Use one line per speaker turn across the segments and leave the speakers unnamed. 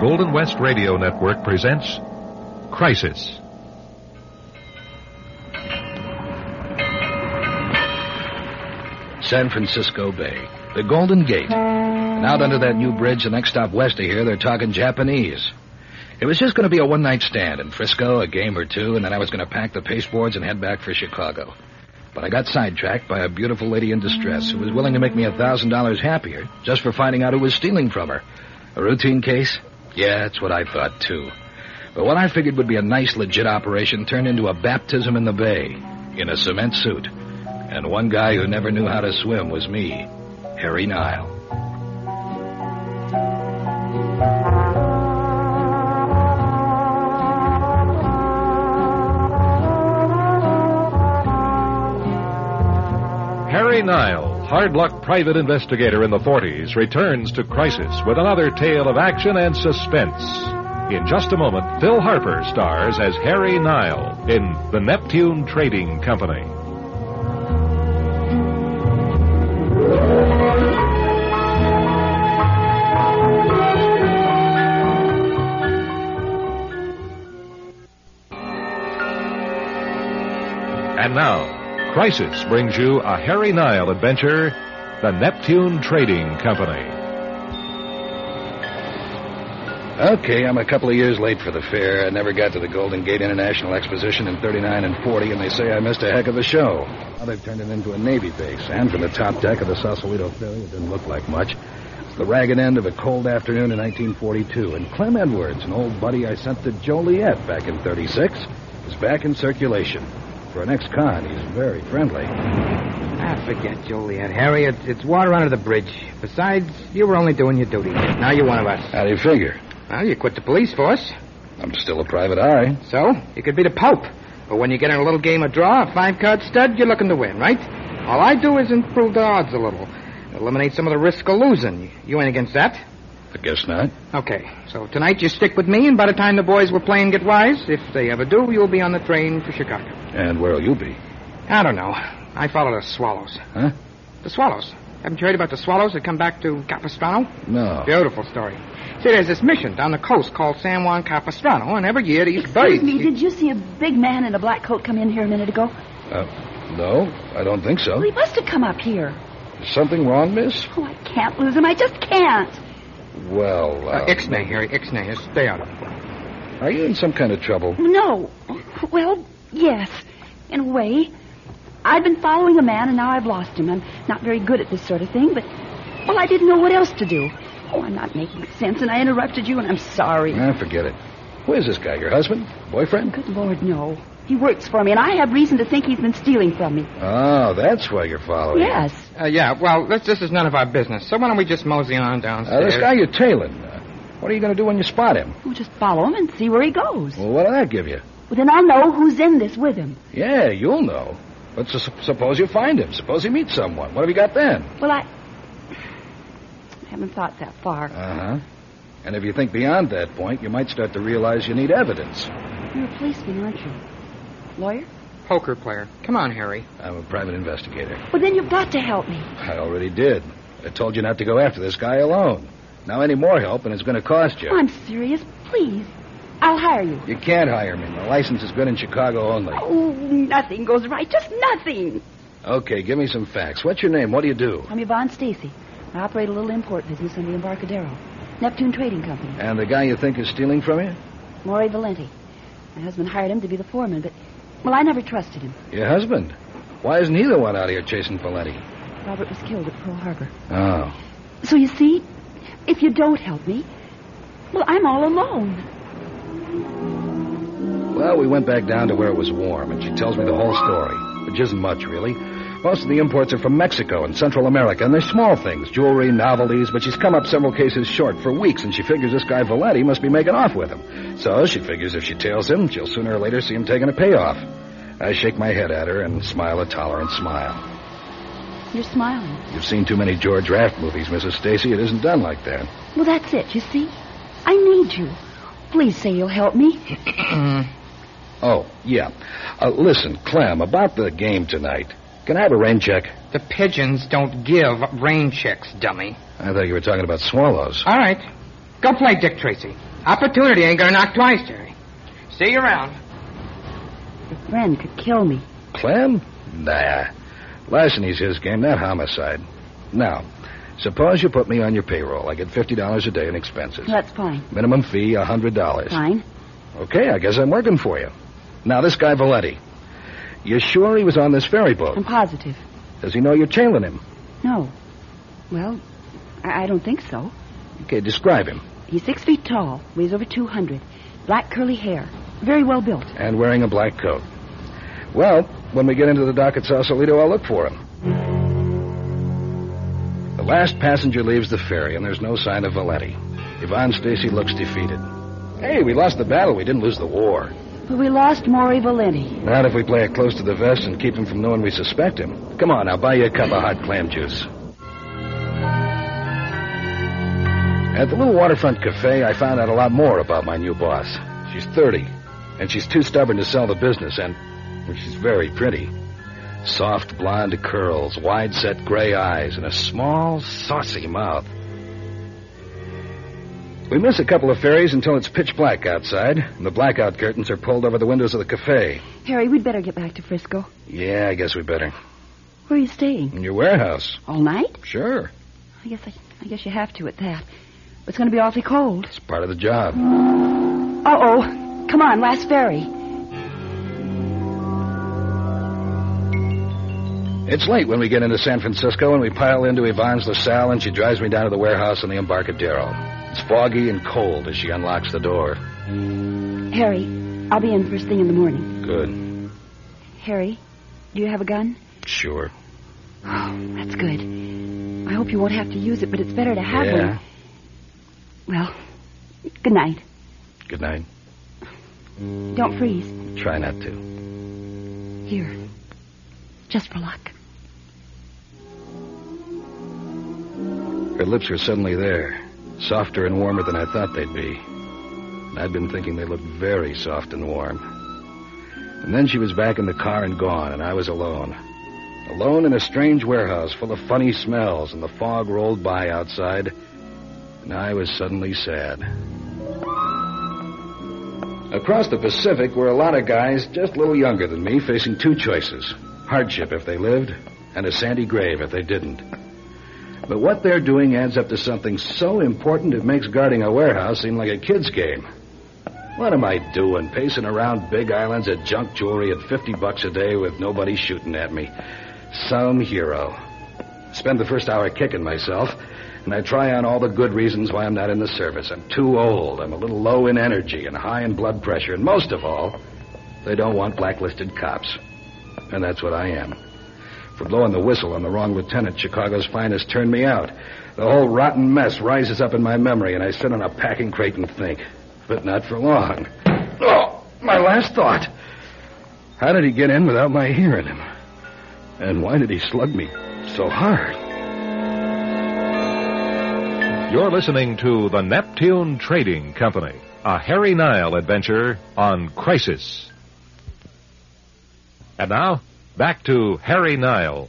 Golden West Radio Network presents Crisis.
San Francisco Bay, the Golden Gate. And out under that new bridge, the next stop west of here, they're talking Japanese. It was just going to be a one night stand in Frisco, a game or two, and then I was going to pack the pasteboards and head back for Chicago. But I got sidetracked by a beautiful lady in distress who was willing to make me a thousand dollars happier just for finding out who was stealing from her. A routine case? Yeah, that's what I thought too. But what I figured would be a nice legit operation turned into a baptism in the bay, in a cement suit. And one guy who never knew how to swim was me, Harry Nile.
Harry Nile, hard luck private investigator in the 40s, returns to Crisis with another tale of action and suspense. In just a moment, Phil Harper stars as Harry Nile in The Neptune Trading Company. And now, Crisis brings you a Harry Nile adventure, The Neptune Trading Company.
Okay, I'm a couple of years late for the fair. I never got to the Golden Gate International Exposition in 39 and 40, and they say I missed a heck of a show. Now they've turned it into a Navy base, and from the top deck of the Sausalito Ferry, it didn't look like much. It's the ragged end of a cold afternoon in 1942, and Clem Edwards, an old buddy I sent to Joliet back in 36, is back in circulation. For an ex-con, he's very friendly.
Ah, forget Joliet, Harry. It's, it's water under the bridge. Besides, you were only doing your duty. Now you're one of us.
How do you figure?
Well, you quit the police force,
I'm still a private eye.
so you could be the Pope. But when you get in a little game of draw, a five-card stud, you're looking to win, right? All I do is improve the odds a little, eliminate some of the risk of losing. You ain't against that?
I guess not.
Okay, so tonight you stick with me, and by the time the boys we're playing get wise, if they ever do, you'll be on the train for Chicago.
And where'll you be?
I don't know. I follow the Swallows.
Huh?
The Swallows. Haven't you heard about the Swallows that come back to Capistrano?
No.
Beautiful story. See, there's this mission down the coast called San Juan Capistrano, and every year these birds.
Excuse me, did you see a big man in a black coat come in here a minute ago?
Uh, no, I don't think so.
Well, he must have come up here.
Is something wrong, miss?
Oh, I can't lose him. I just can't.
Well,
Uh,
uh,
Ixnay, Harry, Ixnay. Just Stay out of it.
are you in some kind of trouble?
No. Well, yes. In a way. I've been following a man, and now I've lost him. I'm not very good at this sort of thing, but, well, I didn't know what else to do. Oh, I'm not making sense, and I interrupted you, and I'm sorry.
Ah, forget it. Who is this guy? Your husband? Boyfriend?
Good Lord, no. He works for me, and I have reason to think he's been stealing from me.
Oh, that's why you're following. him.
Yes.
Uh, yeah, well, this, this is none of our business, so why don't we just mosey on
Uh,
downstairs?
this guy you're tailing. Uh, what are you going to do when you spot him?
We'll just follow him and see where he goes.
Well, what'll that give you?
Well, then I'll know who's in this with him.
Yeah, you'll know. But su- suppose you find him. Suppose he meets someone. What have you got then?
Well, I. I haven't thought that far.
Uh huh. And if you think beyond that point, you might start to realize you need evidence.
You're a policeman, aren't you? Lawyer?
Poker player. Come on, Harry.
I'm a private investigator.
Well, then you've got to help me.
I already did. I told you not to go after this guy alone. Now, any more help, and it's going to cost you.
I'm serious. Please. I'll hire you.
You can't hire me. My license is good in Chicago only.
Oh, nothing goes right. Just nothing.
Okay, give me some facts. What's your name? What do you do?
I'm Yvonne Stacy. I operate a little import business on the Embarcadero. Neptune Trading Company.
And the guy you think is stealing from you?
Maury Valenti. My husband hired him to be the foreman, but, well, I never trusted him.
Your husband. Why isn't he the one out here chasing Paletti?
Robert was killed at Pearl Harbor.
Oh.
So you see, if you don't help me, well, I'm all alone.
Well, we went back down to where it was warm, and she tells me the whole story, which isn't much, really. Most of the imports are from Mexico and Central America, and they're small things jewelry, novelties, but she's come up several cases short for weeks, and she figures this guy Valetti must be making off with him. So she figures if she tails him, she'll sooner or later see him taking a payoff. I shake my head at her and smile a tolerant smile.
You're smiling.
You've seen too many George Raft movies, Mrs. Stacy. It isn't done like that.
Well, that's it, you see. I need you. Please say you'll help me.
Oh, yeah. Uh, listen, Clem, about the game tonight. Can I have a rain check?
The pigeons don't give rain checks, dummy.
I thought you were talking about swallows.
All right. Go play Dick Tracy. Opportunity ain't gonna knock twice, Jerry. See you around.
Your friend could kill me.
Clem? Nah. Larceny's his game, not homicide. Now, suppose you put me on your payroll. I get $50 a day in expenses.
That's fine.
Minimum fee, $100.
Fine.
Okay, I guess I'm working for you. Now, this guy Valetti. You're sure he was on this ferry boat?
I'm positive.
Does he know you're tailing him?
No. Well, I, I don't think so.
Okay, describe him.
He's six feet tall, weighs over 200, black curly hair, very well built.
And wearing a black coat. Well, when we get into the dock at Sausalito, I'll look for him. The last passenger leaves the ferry, and there's no sign of Valetti. Yvonne Stacy looks defeated. Hey, we lost the battle. We didn't lose the war.
But we lost Maury Valenti.
Not if we play it close to the vest and keep him from knowing we suspect him. Come on, I'll buy you a cup of hot clam juice. At the little waterfront cafe, I found out a lot more about my new boss. She's 30, and she's too stubborn to sell the business, and well, she's very pretty. Soft blonde curls, wide set gray eyes, and a small, saucy mouth. We miss a couple of ferries until it's pitch black outside, and the blackout curtains are pulled over the windows of the cafe.
Harry, we'd better get back to Frisco.
Yeah, I guess we better.
Where are you staying?
In your warehouse.
All night?
Sure.
I guess I, I guess you have to at that. It's going to be awfully cold.
It's part of the job.
Uh oh. Come on, last ferry.
It's late when we get into San Francisco, and we pile into Yvonne's LaSalle, and she drives me down to the warehouse on the Embarcadero. It's foggy and cold as she unlocks the door.
Harry, I'll be in first thing in the morning.
Good.
Harry, do you have a gun?
Sure.
Oh, that's good. I hope you won't have to use it, but it's better to have
yeah.
one. Well, good night.
Good night.
Don't freeze.
Try not to.
Here. Just for luck.
Her lips are suddenly there, softer and warmer than I thought they'd be. And I'd been thinking they looked very soft and warm. And then she was back in the car and gone, and I was alone. Alone in a strange warehouse full of funny smells, and the fog rolled by outside, and I was suddenly sad. Across the Pacific were a lot of guys just a little younger than me facing two choices hardship if they lived, and a sandy grave if they didn't. But what they're doing adds up to something so important it makes guarding a warehouse seem like a kid's game. What am I doing, pacing around big islands of junk jewelry at 50 bucks a day with nobody shooting at me? Some hero. Spend the first hour kicking myself, and I try on all the good reasons why I'm not in the service. I'm too old, I'm a little low in energy and high in blood pressure, and most of all, they don't want blacklisted cops. And that's what I am. For blowing the whistle on the wrong lieutenant, Chicago's finest turned me out. The whole rotten mess rises up in my memory, and I sit on a packing crate and think. But not for long. Oh, my last thought. How did he get in without my hearing him? And why did he slug me so hard?
You're listening to the Neptune Trading Company, a Harry Nile adventure on Crisis. And now, back to Harry Nile.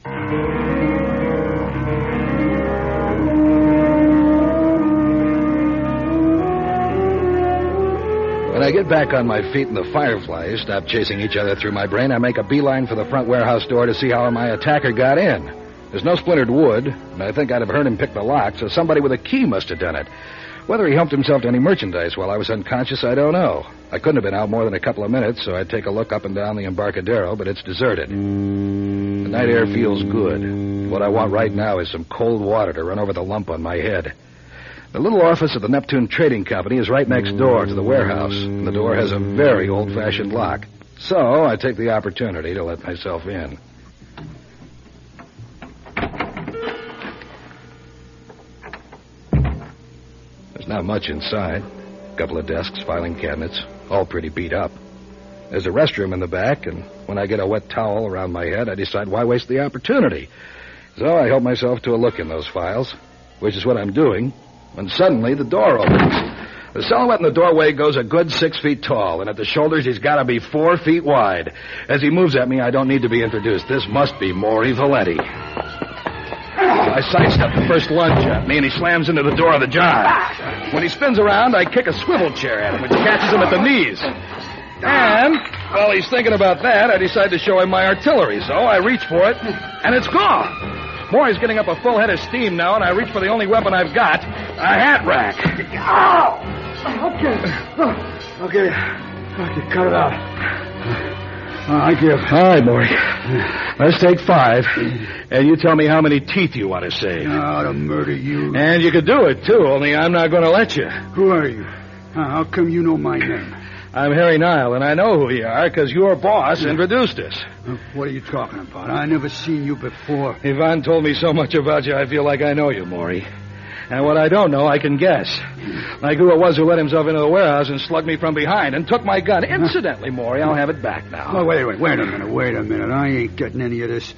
When I get back on my feet and the fireflies stop chasing each other through my brain, I make a beeline for the front warehouse door to see how my attacker got in. There's no splintered wood, and I think I'd have heard him pick the lock, so somebody with a key must have done it. Whether he helped himself to any merchandise while I was unconscious, I don't know. I couldn't have been out more than a couple of minutes, so I take a look up and down the Embarcadero, but it's deserted. The night air feels good. What I want right now is some cold water to run over the lump on my head. The little office of the Neptune Trading Company is right next door to the warehouse, and the door has a very old fashioned lock. So I take the opportunity to let myself in. There's not much inside. A couple of desks, filing cabinets, all pretty beat up. There's a restroom in the back, and when I get a wet towel around my head, I decide why waste the opportunity. So I help myself to a look in those files, which is what I'm doing, when suddenly the door opens. The silhouette in the doorway goes a good six feet tall, and at the shoulders he's got to be four feet wide. As he moves at me, I don't need to be introduced. This must be Maury Valetti. I I sidestep the first lunge at me, and he slams into the door of the jar. When he spins around, I kick a swivel chair at him, which catches him at the knees. And while he's thinking about that, I decide to show him my artillery, so I reach for it, and it's gone. More is getting up a full head of steam now, and I reach for the only weapon I've got a hat rack.
Okay. Okay. Okay, cut it out. Uh, I give.
All right, boy. Let's take five, and you tell me how many teeth you want to save.
Now to murder you.
And you could do it, too, only I'm not going to let you.
Who are you? Huh, How come you know my name?
I'm Harry Nile, and I know who you are because your boss introduced us.
Huh, What are you talking about? I never seen you before.
Yvonne told me so much about you, I feel like I know you, Maury. And what I don't know, I can guess. Like who it was who let himself into the warehouse and slugged me from behind and took my gun. Incidentally, Maury, I'll have it back
Oh,
now.
wait, wait, wait a minute, wait a minute. I ain't getting any of this.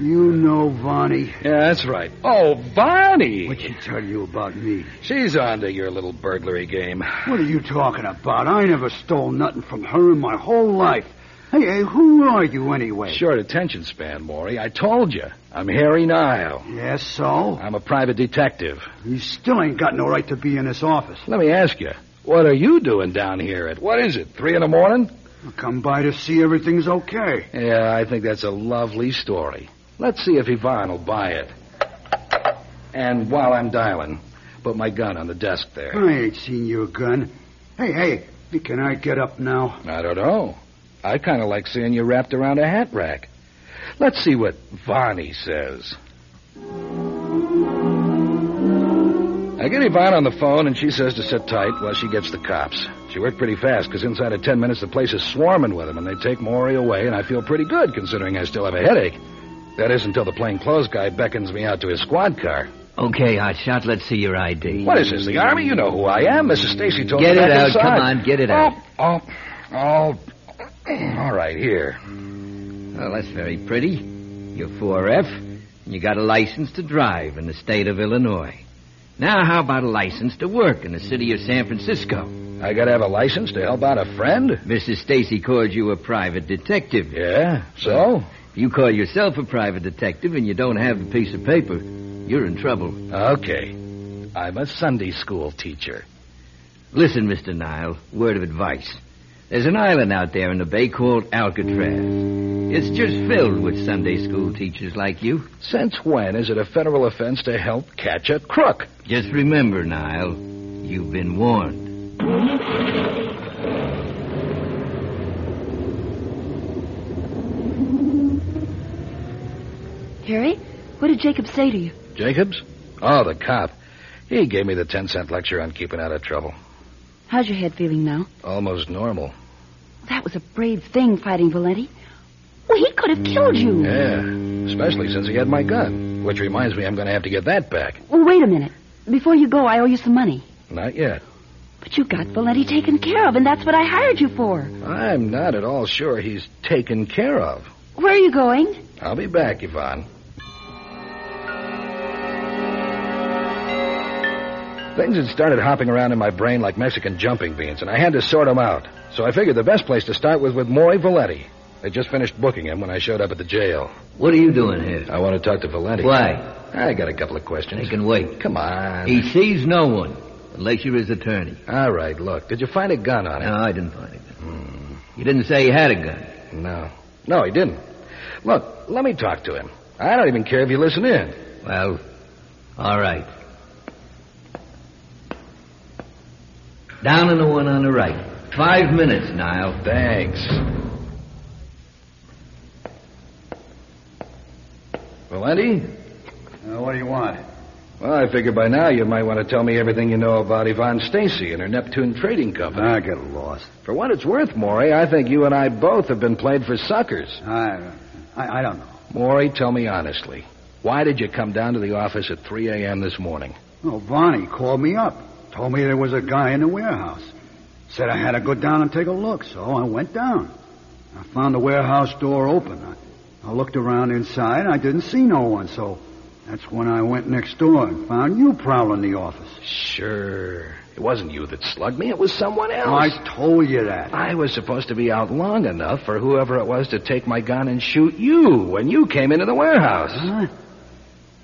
You know Vonnie.
Yeah, that's right. Oh, Bonnie.
What she tell you about me?
She's onto your little burglary game.
What are you talking about? I never stole nothing from her in my whole life. Hey, hey, who are you anyway?
Short attention span, Maury. I told you. I'm Harry Nile.
Yes, so?
I'm a private detective.
You still ain't got no right to be in this office.
Let me ask you, what are you doing down here at, what is it, three in the morning?
I come by to see everything's okay.
Yeah, I think that's a lovely story. Let's see if Yvonne will buy it. And while I'm dialing, put my gun on the desk there.
I ain't seen your gun. Hey, hey, can I get up now?
I don't know. I kind of like seeing you wrapped around a hat rack. Let's see what Vonnie says. I get Yvonne on the phone, and she says to sit tight while she gets the cops. She worked pretty fast, because inside of ten minutes, the place is swarming with them, and they take Maury away, and I feel pretty good, considering I still have a headache. That is until the plainclothes guy beckons me out to his squad car.
Okay, Hotshot, let's see your ID.
What is this, the Army? You know who I am. Mrs. Stacy told
Get
me
it
back
out.
inside.
Come on, get it out.
uh, Oh, oh, oh. All right, here.
Well, that's very pretty. You're 4F. You got a license to drive in the state of Illinois. Now, how about a license to work in the city of San Francisco?
I gotta have a license to help out a friend?
Mrs. Stacy calls you a private detective.
Yeah, so?
You call yourself a private detective and you don't have a piece of paper. You're in trouble.
Okay. I'm a Sunday school teacher.
Listen, Mr. Nile, word of advice. There's an island out there in the bay called Alcatraz. It's just filled with Sunday school teachers like you.
Since when is it a federal offense to help catch a crook?
Just remember, Nile, you've been warned.
Harry, what did Jacob say to you?
Jacobs? Oh, the cop. He gave me the 10 cent lecture on keeping out of trouble.
How's your head feeling now?
Almost normal.
That was a brave thing, fighting Valenti. Well, he could have killed you.
Mm, Yeah, especially since he had my gun. Which reminds me, I'm gonna have to get that back.
Well, wait a minute. Before you go, I owe you some money.
Not yet.
But you got Valenti taken care of, and that's what I hired you for.
I'm not at all sure he's taken care of.
Where are you going?
I'll be back, Yvonne. Things had started hopping around in my brain like Mexican jumping beans, and I had to sort them out. So I figured the best place to start was with Maury Valetti. They just finished booking him when I showed up at the jail.
What are you doing here?
I want to talk to Valetti.
Why?
I got a couple of
They
questions.
can wait.
Come on.
He sees no one unless you're his attorney.
All right, look. Did you find a gun on him?
No, I didn't find a gun. You didn't say he had a gun.
No. No, he didn't. Look, let me talk to him. I don't even care if you listen in.
Well, all right. Down in the one on the right. Five minutes, Nile.
Thanks. Well, Andy,
Uh, what do you want?
well, I figure by now you might want to tell me everything you know about Yvonne Stacy and her Neptune Trading Company.
I get lost.
for what it's worth, Maury, I think you and I both have been played for suckers.
I, I, I don't know.
Maury, tell me honestly, why did you come down to the office at 3 a.m. this morning?
Well, Vonnie Oh, called me up. Told me there was a guy in the warehouse. Said I had to go down and take a look, so I went down. I found the warehouse door open. I, I looked around inside. I didn't see no one, so that's when I went next door and found you prowling the office.
Sure. It wasn't you that slugged me, it was someone else.
Oh, I told you that.
I was supposed to be out long enough for
Ah.
whoever it was to take my gun and shoot you when you came into the warehouse.
Huh?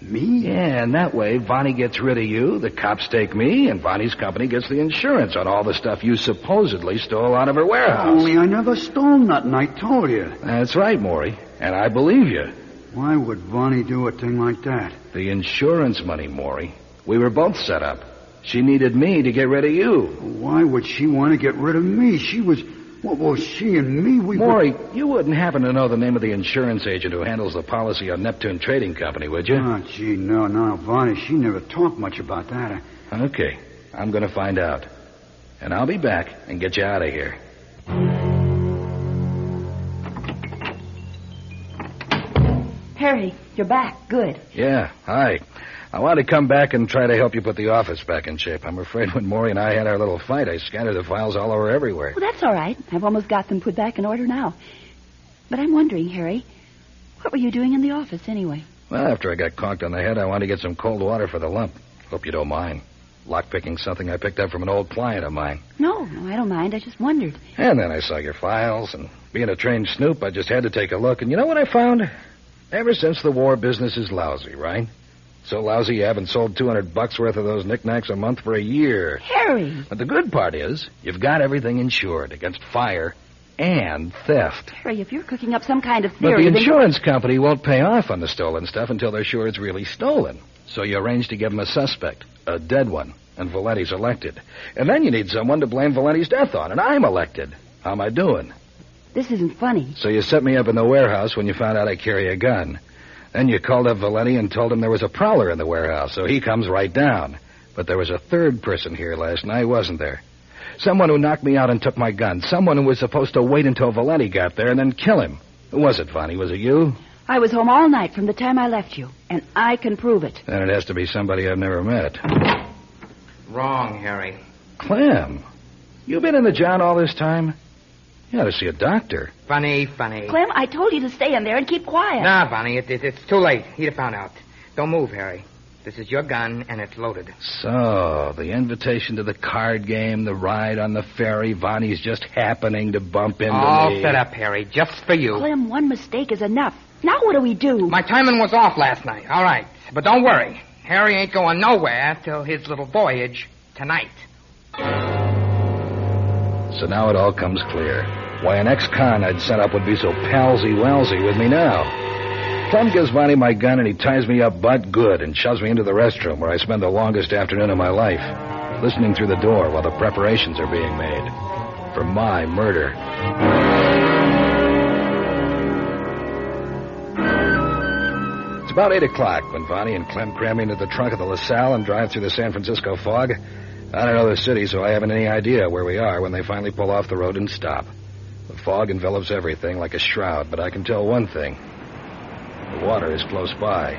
Me?
Yeah, and that way, Vonnie gets rid of you, the cops take me, and Vonnie's company gets the insurance on all the stuff you supposedly stole out of her warehouse.
Only I never stole nothing, I told you.
That's right, Maury. And I believe you.
Why would Vonnie do a thing like that?
The insurance money, Maury. We were both set up. She needed me to get rid of you.
Why would she want to get rid of me? She was. Well, well she and me, we were.
Maury, you wouldn't happen to know the name of the insurance agent who handles the policy on Neptune Trading Company, would you?
Oh, gee, no, no, Vonnie, she never talked much about that. I-
Okay. I'm going to find out. And I'll be back and get you out of here.
Harry, you're back. Good.
Yeah, hi. I want to come back and try to help you put the office back in shape. I'm afraid when Maury and I had our little fight, I scattered the files all over everywhere.
Well, that's all right. I've almost got them put back in order now. But I'm wondering, Harry, what were you doing in the office anyway?
Well, after I got conked on the head, I wanted to get some cold water for the lump. Hope you don't mind. Lockpicking something I picked up from an old client of mine.
No, no, I don't mind. I just wondered.
And then I saw your files, and being a trained snoop, I just had to take a look. And you know what I found? Ever since the war, business is lousy, right? So lousy you haven't sold 200 bucks worth of those knickknacks a month for a year.
Harry!
But the good part is, you've got everything insured against fire and theft.
Harry, if you're cooking up some kind of
But
theory.
the
then-
insurance company won't pay off on the stolen stuff until they're sure it's really stolen. So you arrange to give them a suspect, a dead one, and Valenti's elected. And then you need someone to blame Valenti's death on, and I'm elected. How am I doing?
This isn't funny.
So you set me up in the warehouse when you found out I carry a gun. Then you called up Valenti and told him there was a prowler in the warehouse, so he comes right down. But there was a third person here last night, wasn't there? Someone who knocked me out and took my gun. Someone who was supposed to wait until Valenti got there and then kill him. Who was it, Vonnie? Was it you?
I was home all night from the time I left you, and I can prove it.
Then it has to be somebody I've never met.
Wrong, Harry.
Clem, you've been in the John all this time? You ought to see a doctor.
Funny, funny.
Clem, I told you to stay in there and keep quiet.
Nah, Bonnie, it, it- it's too late. He'd have found out. Don't move, Harry. This is your gun, and it's loaded.
So, the invitation to the card game, the ride on the ferry, Vonnie's just happening to bump into
All
me.
set up, Harry, just for you.
Clem, one mistake is enough. Now what do we do?
My timing was off last night. All right. But don't worry. Harry ain't going nowhere till his little voyage tonight.
So now it all comes clear. Why an ex-con I'd set up would be so palsy-walsy with me now. Clem gives Vonnie my gun and he ties me up butt good and shoves me into the restroom where I spend the longest afternoon of my life, listening through the door while the preparations are being made for my murder. It's about 8 o'clock when Vonnie and Clem cram me into the trunk of the LaSalle and drive through the San Francisco fog. I don't know the city, so I haven't any idea where we are when they finally pull off the road and stop. The fog envelops everything like a shroud, but I can tell one thing. The water is close by,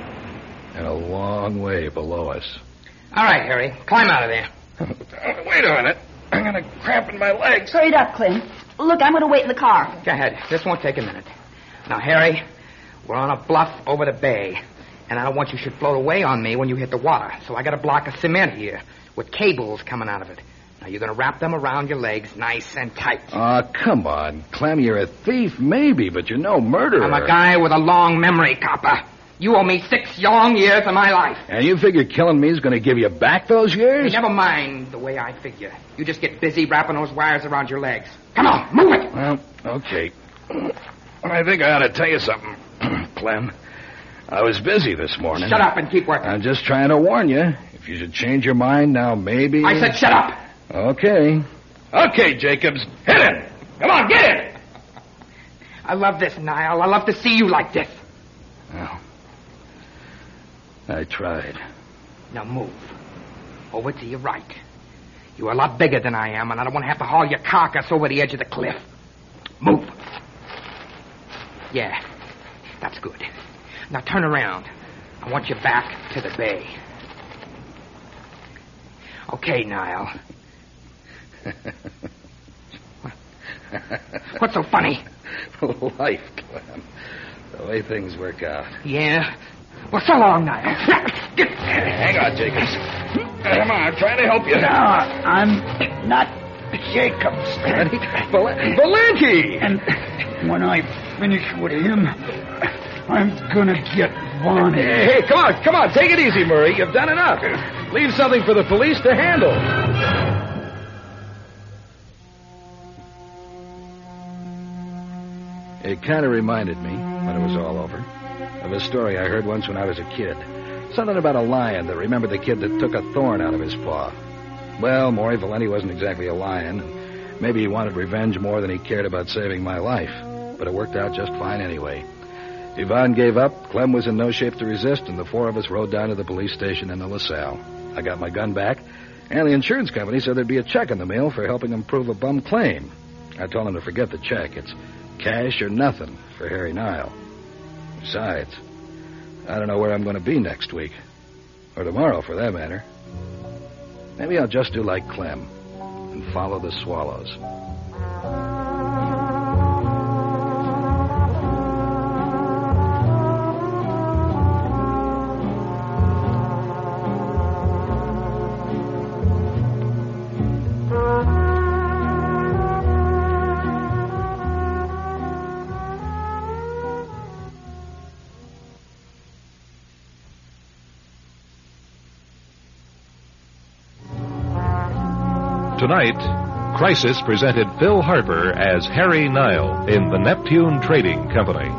and a long way below us.
All right, Harry. Climb out of there.
Wait a minute. I'm going to cramp in my legs.
Hurry it up, Clem. Look, I'm going to wait in the car.
Go ahead. This won't take a minute. Now, Harry, we're on a bluff over the bay. And I don't want you should float away on me when you hit the water. So I got a block of cement here with cables coming out of it. Now, you're going to wrap them around your legs nice and tight.
Aw, Ah, come on. Clem, you're a thief, maybe, but you're no murderer.
I'm a guy with a long memory, copper. You owe me six long years of my life.
And you figure killing me is going to give you back those
Hey,
years?
never mind the way I figure. You just get busy wrapping those wires around your legs. Come on, move it.
Well, okay. I think I ought to tell you something, Clem. I was busy this morning. Uh,
Shut up and keep working.
I'm just trying to warn you. If you should change your mind now, maybe.
I said shut up.
Okay. Okay, Jacobs. Hit him! Come on, get him!
I love this, Niall. I love to see you like this.
Well, I tried.
Now move. Over to your right. You're a lot bigger than I am, and I don't want to have to haul your carcass over the edge of the cliff. Move. Yeah, that's good. Now turn around. I want you back to the bay. Okay, Niall. What's so funny?
Life, Clem. The way things work out.
Yeah. Well, so long, Niall. Get-
Hang on, Jacobs. Come on, I'm trying to help you now.
Ah, I'm not Jacobs.
Valenti!
And when I finish with him, I'm gonna get Barney.
Hey, hey, come on, come on. Take it easy, Murray. You've done enough. Leave something for the police to handle. It kind of reminded me, when it was all over, of a story I heard once when I was a kid. Something about a lion that remembered the kid that took a thorn out of his paw. Well, Maury Valenti wasn't exactly a lion. and Maybe he wanted revenge more than he cared about saving my life, but it worked out just fine anyway. Yvonne gave up, Clem was in no shape to resist, and the four of us rode down to the police station in the LaSalle. I got my gun back, and the insurance company said there'd be a check in the mail for helping them prove a bum claim. I told them to forget the check. It's cash or nothing for Harry Nile. Besides, I don't know where I'm going to be next week. Or tomorrow, for that matter. Maybe I'll just do like Clem and follow the swallows.
Tonight, Crisis presented Phil Harper as Harry Nile in The Neptune Trading Company.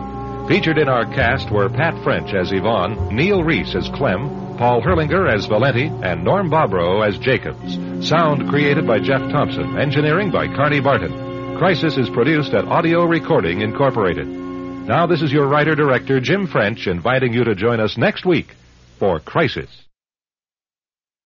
Featured in our cast were Pat French as Yvonne, Neil Reese as Clem, Paul Herlinger as Valenti, and Norm Bobro as Jacobs. Sound created by Jeff Thompson, engineering by Carney Barton. Crisis is produced at Audio Recording Incorporated. Now, this is your writer director, Jim French, inviting you to join us next week for Crisis.